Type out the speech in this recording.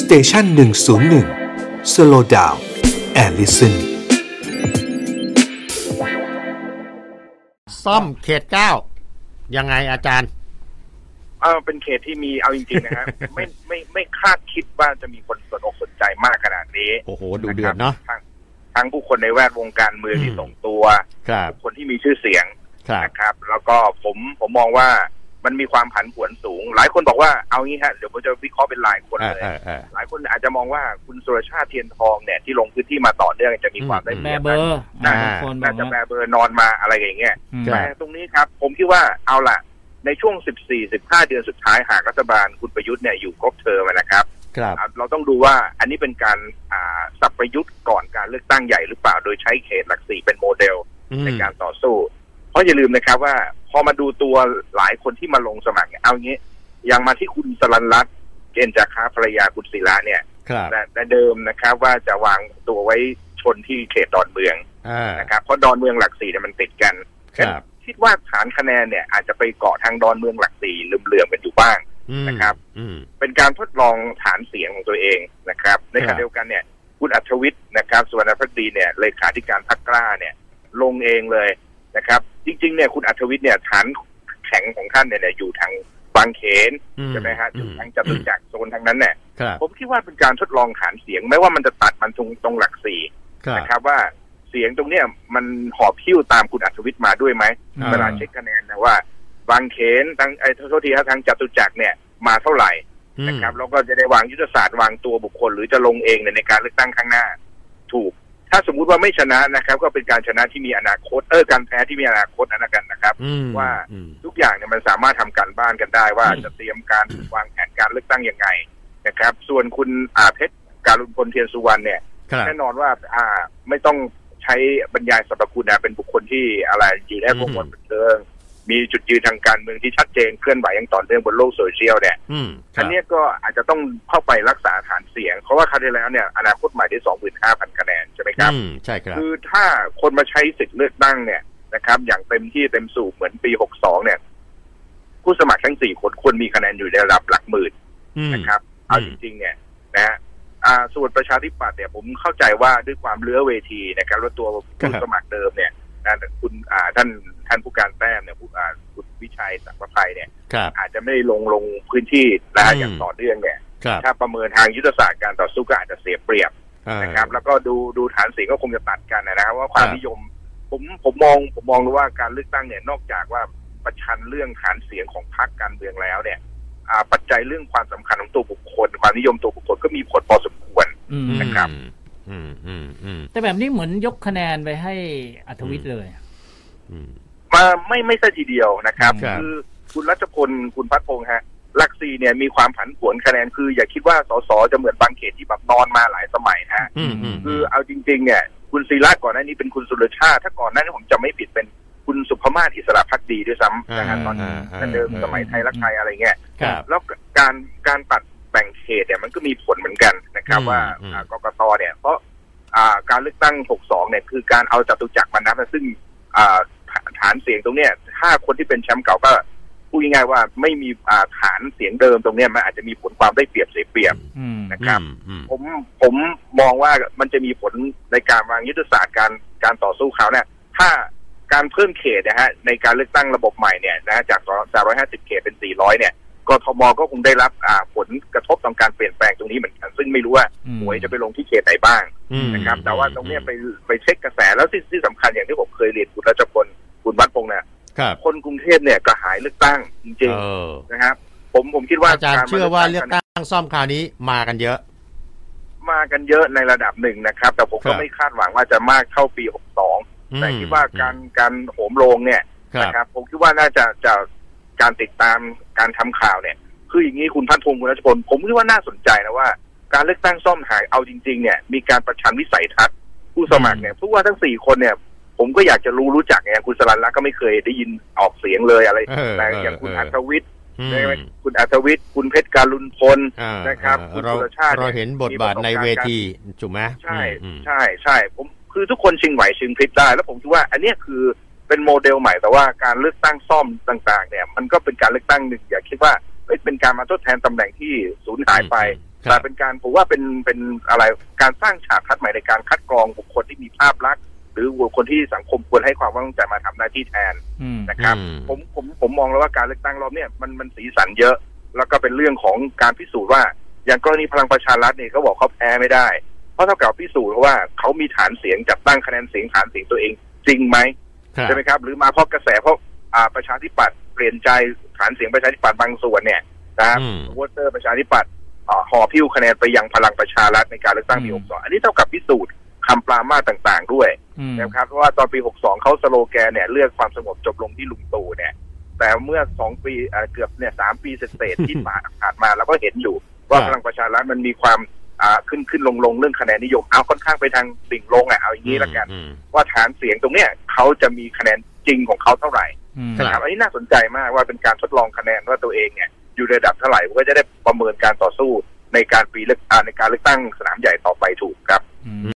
สเตชันหนึ่งศูนย์หนึ่งสโลดาวแอลลิสัน ซ่อมเขตเก้ายังไงอาจารย์ เออเป็นเขตที่มีเอาจริงๆนะ ฮะ ไม่ไม่ไม่คาดคิดว่าจะมีคนสนอกสนใจมากขนาดนี้ โอ้โหดูเดือดเนาะ ทงทั้งผู้คนในแวดวงการเมือง อืม ที่ส่งตัว ครับ คนที่มีชื่อเสียง ครับ นะครับ แล้วก็ผมผมมองว่ามันมีความผันผวนสูง หลายคนบอกว่าเอางี้ฮะเดี๋ยวผมจะวิเคราะห์เป็นรายคน เออ เลย เออเออ หลายคนอาจจะมองว่าคุณสุรชาติเทียนทองเนี่ยที่ลงพื้นที่มาต่อเนื่องจะมีความได้ อืม เป แบ รียบ เบอร์ อ่า บางคนบอ น่าก จะแปร ว่า เบอร์นอนมาอะไรอย่างเงี้ย อืม ค รั แต่ บ ตรงนี้ครับผมคิดว่าเอาล่ะ ในช่วง 14-15 เดือนสุดท้ายหากรัฐบาลคุณประยุทธ์เนี่ยอยู่ครบเทอมอะนะครับ ครับ อ่ะเราต้องดูว่าอันนี้เป็นการอ่าสับประยุทธ์ก่อนการเลือกตั้งใหญ่หรือเปล่าโดยใช้เขตหลักสี่เป็นโมเดล อืม ในการต่อสู้ เพราะอย่าลืมนะครับว่าพอมาดูตัวหลายคนที่มาลงสมัครเนี่ยเอางี้อย่างมาที่คุณสรันรัตน์เจนจาค้าภรรยาคุณศิระเนี่ย ครับ แต่แต่เดิมนะครับว่าจะวางตัวไว้ชนที่เขตดอนเมือง เอ่า นะครับเพราะดอนเมืองหลักสี่เนี่ยมันติดกัน ครับ คิดว่าฐานคะแนนเนี่ยอาจจะไปเกาะทางดอนเมืองหลักสี่ลืมเลืองๆกันอยู่บ้าง อืม นะครับ อืม เป็นการทดลองฐานเสียงของตัวเองนะครับในข ครั ณะ บ เดียวกันเนี่ยคุณอัธวิทย์นะครับสุวรรณพักดีเนี่ยเลขาธิการพรรคกล้าเนี่ยลงเองเลยนะครับ จริงๆเนี่ยคุณอัธวิทย์เนี่ยฐานแข็งของท่านเนี่ยอยู่ทางบางเขน อื ใช่ไหมฮะอยู่ทางจ อื ตุ ม จักรโซนทางนั้นเนี่ย ครับ ผมคิดว่าเป็นการทดลองฐานเสียงไม่ว่ามันจะตัดมันตรงตรงหลักสี่ ครับ นะครับว่าเสียงตรงเนี้ยมันหอบหิ้วตามคุณอัธวิทย์มาด้วยไหม อ่า เวลาเช็คคะแนนนะว่า บางเขนทางไอ้โทษทีครับทางจตุจักรเนี่ยมาเท่าไหร่ อืม นะครับแล้วก็จะได้วางยุทธศาสตร์วางตัวบุคคล หรือจะลงเองในยในการเลือกตั้งข้างหน้า ถูก ถ้าสมมุติว่าไม่ชนะนะครับ ก็เป็นการชนะที่มีอนาคตเออการแพ้ที่มีอนาคตอันนั้นกันนะครับ อืม ว่า อืม ทุกอย่างเนี่ยมันสามารถทำการบ้านกันได้ว่าจะเตรียมการวางแผนการเลือกตั้งยังไงนะครับ ส่วนคุณอาเพชรการุณพลเทียนสุวรรณเนี่ย ครับ แน่นอนว่าอ่าไม่ต้องใช้บรรยายสรรพคุณนะเป็นบุคคลที่อะไรอยู่ในวงการบันเทิงมีจุดยืนทางการเมืองที่ชัดเจนเคลื่อนไหวอย่างต่อเนื่องบนโลกโซเชียลเนี่ย อืมครั อั บ นเนี้ยก็อาจจะต้องเข้าไปรักษาฐานเสียง เพราะว่าคราวที่แล้วเนี่ยอนาคตใหม่ได้สองหมื่นห้าพันคะแนนใช่ไหมครับ อืมใช่ครับ คือถ้าคนมาใช้สิทธิ์เลือกตั้งเนี่ยนะครับ อย่างเต็มที่เต็มสูบเหมือนปีหกสองเนี่ย ผู้สมัครทั้งสี่คนควรมีคะแนนอยู่ในระดับหลักหมื่น อืม นะครับเอา อืม จริงๆเนี่ยนะฮะอ่าส่วนประชาธิปัตย์เนี่ยผมเข้าใจว่าด้วยความเลื้อเวทีนะครับแล้วตัวผู้สมัครเดิมเนี่ยนะคุณอ่าท่านท่านผู้การแต้มเนี่ยผู้อ่าคุณวิชัยสังประภัยเนี่ย ครับ อาจจะไม่ได้ลงลงพื้นที่นะฮะ อืม อย่างต่อเนื่องเนี่ย ครับ ถ้าประเมินทางยุทธศาสตร์การต่อสู้ก็อาจจะเสียเปรียบ เอ่อ นะครับ แล้วก็ดูดูฐานเสียงก็คงจะตัดกันนะครับว่าความ ครับ นิยม ผมผมมองผมมองดูว่าการเลือกตั้งเนี่ยนอกจากว่าประชันเรื่องฐานเสียงของพรรคการเมืองแล้วเนี่ยอ่าปัจจัยเรื่องความสำคัญของตัวบุคคล ความนิยมตัวบุคคลก็มีผลพอสมควร อืม นะครับ อืมอืมอืม แต่แบบนี้เหมือนยกคะแนนไปให้อัธวิทย์เลย อืม มาไม่ไม่ใช่ทีเดียวนะครับ ครับ อคุณรัชพลคุณพัฒพงษ์ฮะหลักซีเนี่ยมีความผันผวนคะแนนคืออย่าคิดว่าสสจะเหมือนบางเขตที่แบบนอนมาหลายสมัยฮะ อืมอืม คือเอาจริง ๆ เนี่ย คุณศิระก่อนหน้านี้เป็นคุณสุรชาติ ถ้าก่อนหน้านี้ผมจะไม่ผิดเป็นคุณสุภมาศอิสระพักดีด้วยซ้ำนะฮะตอน อ่าอ่า แต่เดิม อ่า สมัยไทยรักไทยอะไรเงี้ย ครับ แล้วการการตัดแบ่งเขตเนี่ยมันก็มีผลเหมือนกันนะครับ อืม ว่า อืม อ่ากกตเนี่ย เพราะอ่าการเลือกตั้ง 62 เนี่ยคือการเอาจตุจักรมานับนะซึ่งอ่าฐาฐานเสียงตรงเนี้ยถ้าคนที่เป็นแชมป์เก่าก็พูดง่ายๆว่าไม่มีอ่าฐานเสียงเดิมตรงเนี้ยมันอาจจะมีผลความได้เปรียบเสียเปรียบ อืม นะครับ อืมอืม ผมผมมองว่ามันจะมีผลในการวางยุทธศาสตร์การการต่อสู้เขาเนี่ยถ้าการเพิ่มเขตนะฮะในการเลือกตั้งระบบใหม่เนี่ยนะฮะจาก 350 เขตเป็น 400 เนี่ยกทมก็คงได้รับอ่าผลกระทบต่อการเปลี่ยนแปลงตรงนี้เหมือนกันซึ่งไม่รู้ว่า อืม หวยจะไปลงที่เขตไหนบ้าง อืม นะครับ แต่ว่าตรงเนี้ยไป อืม ไปเช็คกระแสแล้วที่ที่สำคัญอย่างที่ผมเคยเรียนคุณรัชพลคุณวัดพงษ์เนี่ย ครับ คนกรุงเทพเนี่ยกระหายเลือกตั้งจริง เออ ๆนะครับผมผมคิดว่า อาจารย์ ม เชื่อว่า ลื เลื ก อก ตั้ง ตั้งซ่อมคราวนี้มากันเยอะ มากันเยอะในระดับหนึ่งนะครับ แต่ผม ครั ก็ บ ไม่คาดหวังว่าจะมากเท่าปี 62 อืม แต่คิดว่าการการโหมโรงเนี่ย ครับ นะครับ ผมคิดว่าน่าจะจะการติดตามการทำข่าวเนี่ย คืออย่างนี้คุณพันพงศ์คุณรัชพลผมคิดว่าน่าสนใจนะว่า การเลือกตั้งซ่อมหายเอาจริง ๆ เนี่ย มีการประชันวิสัยทัศน์ผู้สมัครเนี่ยผู้ว่าทั้งสี่คนเนี่ย ผมก็อยากจะรู้รู้จักไงคุณสรันลักษณ์ก็ไม่เคยได้ยินออกเสียงเลยอะไร เออ แต่อย่างคุณ เออ อั เออ ธวิทย์ อืม ใช่ไหมคุณอัธวิทย์คุณเพชรการุณพล อ่า นะครับ อ่า คุณ เรา สุรชาติ เราเห็นบทบาท มีประสบการณ์ ในเวทีถูกไหม ใช่ อืมอืม ใช่ใช่ผมคือทุกคนชิงไหวชิงพริบได้ แล้วผมคิดว่า อันเนี้ยคือเป็นโมเดลใหม่แต่ว่าการเลือกตั้งซ่อมต่าง ๆ เนี่ย มันก็เป็นการเลือกตั้งหนึ่งอย่าคิดว่าเอ้ยเป็นการมาทดแทนตำแหน่งที่สูญหายไป อืม ครับ แต่เป็นการผมว่าเป็นเป็นอะไรการสร้างฉากทัศน์ใหม่ในการคัดกรองบุคคลที่มีภาพลักษณ์ หรือบุคคลที่สังคมควรให้ความไว้วางใจมาทำหน้าที่แทน อืม นะครับ อืม ผมผมผมมองแล้วว่าการเลือกตั้งรอบเนี่ยมันมันสีสันเยอะ แล้วก็เป็นเรื่องของการพิสูจน์ว่า อย่างกรณีพลังประชารัฐเนี่ยเขาบอกเขาแพ้ไม่ได้ เพราะเท่ากับพิสูจน์ว่าเขามีฐานเสียงจับตั้งคะแนนเสียงฐานเสียงตัวเองจริงไหม ครับ ใช่ไหมครับหรือมาเพราะกระแสเพราะอ่าประชาธิปัตย์เปลี่ยนใจฐานเสียงประชาธิปัตย์บางส่วนเนี่ยนะครับ อืม วอเตอร์ประชาธิปัตย์อ่าห่อพิ้วคะแนนไปยังพลังประชารัฐในการเลือกตั้งปี อืม 62อันนี้เท่ากับพิสูจน์คำปรามาสต่าง ๆ ด้วย อืม นะครับเพราะว่าตอนปี 62 เขาสโลแกนเนี่ยเลือกความสงบจบลงที่ลุงตู่เนี่ย แต่เมื่อสองปีเอ่อเกือบเนี่ยสามปีเศษๆ ที่ผ่านมาเราก็เห็นอยู่ ว่า ครับ พลังประชารัฐมันมีความอ่าขึ้นขึ้นลงลงเรื่องคะแนนนิยมเอาค่อนข้างไปทางดิ่งลงอ่ะเอาอย่างนี้ละกัน อืม ว่าฐานเสียงตรงเนี้ยเขาจะมีคะแนนจริงของเขาเท่าไหร่ อืม ค ค รั รับ บอันนี้น่าสนใจมากว่าเป็นการทดลองคะแนนว่าตัวเองเนี่ยอยู่ในระดับเท่าไหร่เพื่อจะได้ประเมินการต่อสู้ในการปีเลือกอ่าในการเลือกตั้งสนามใหญ่ต่อ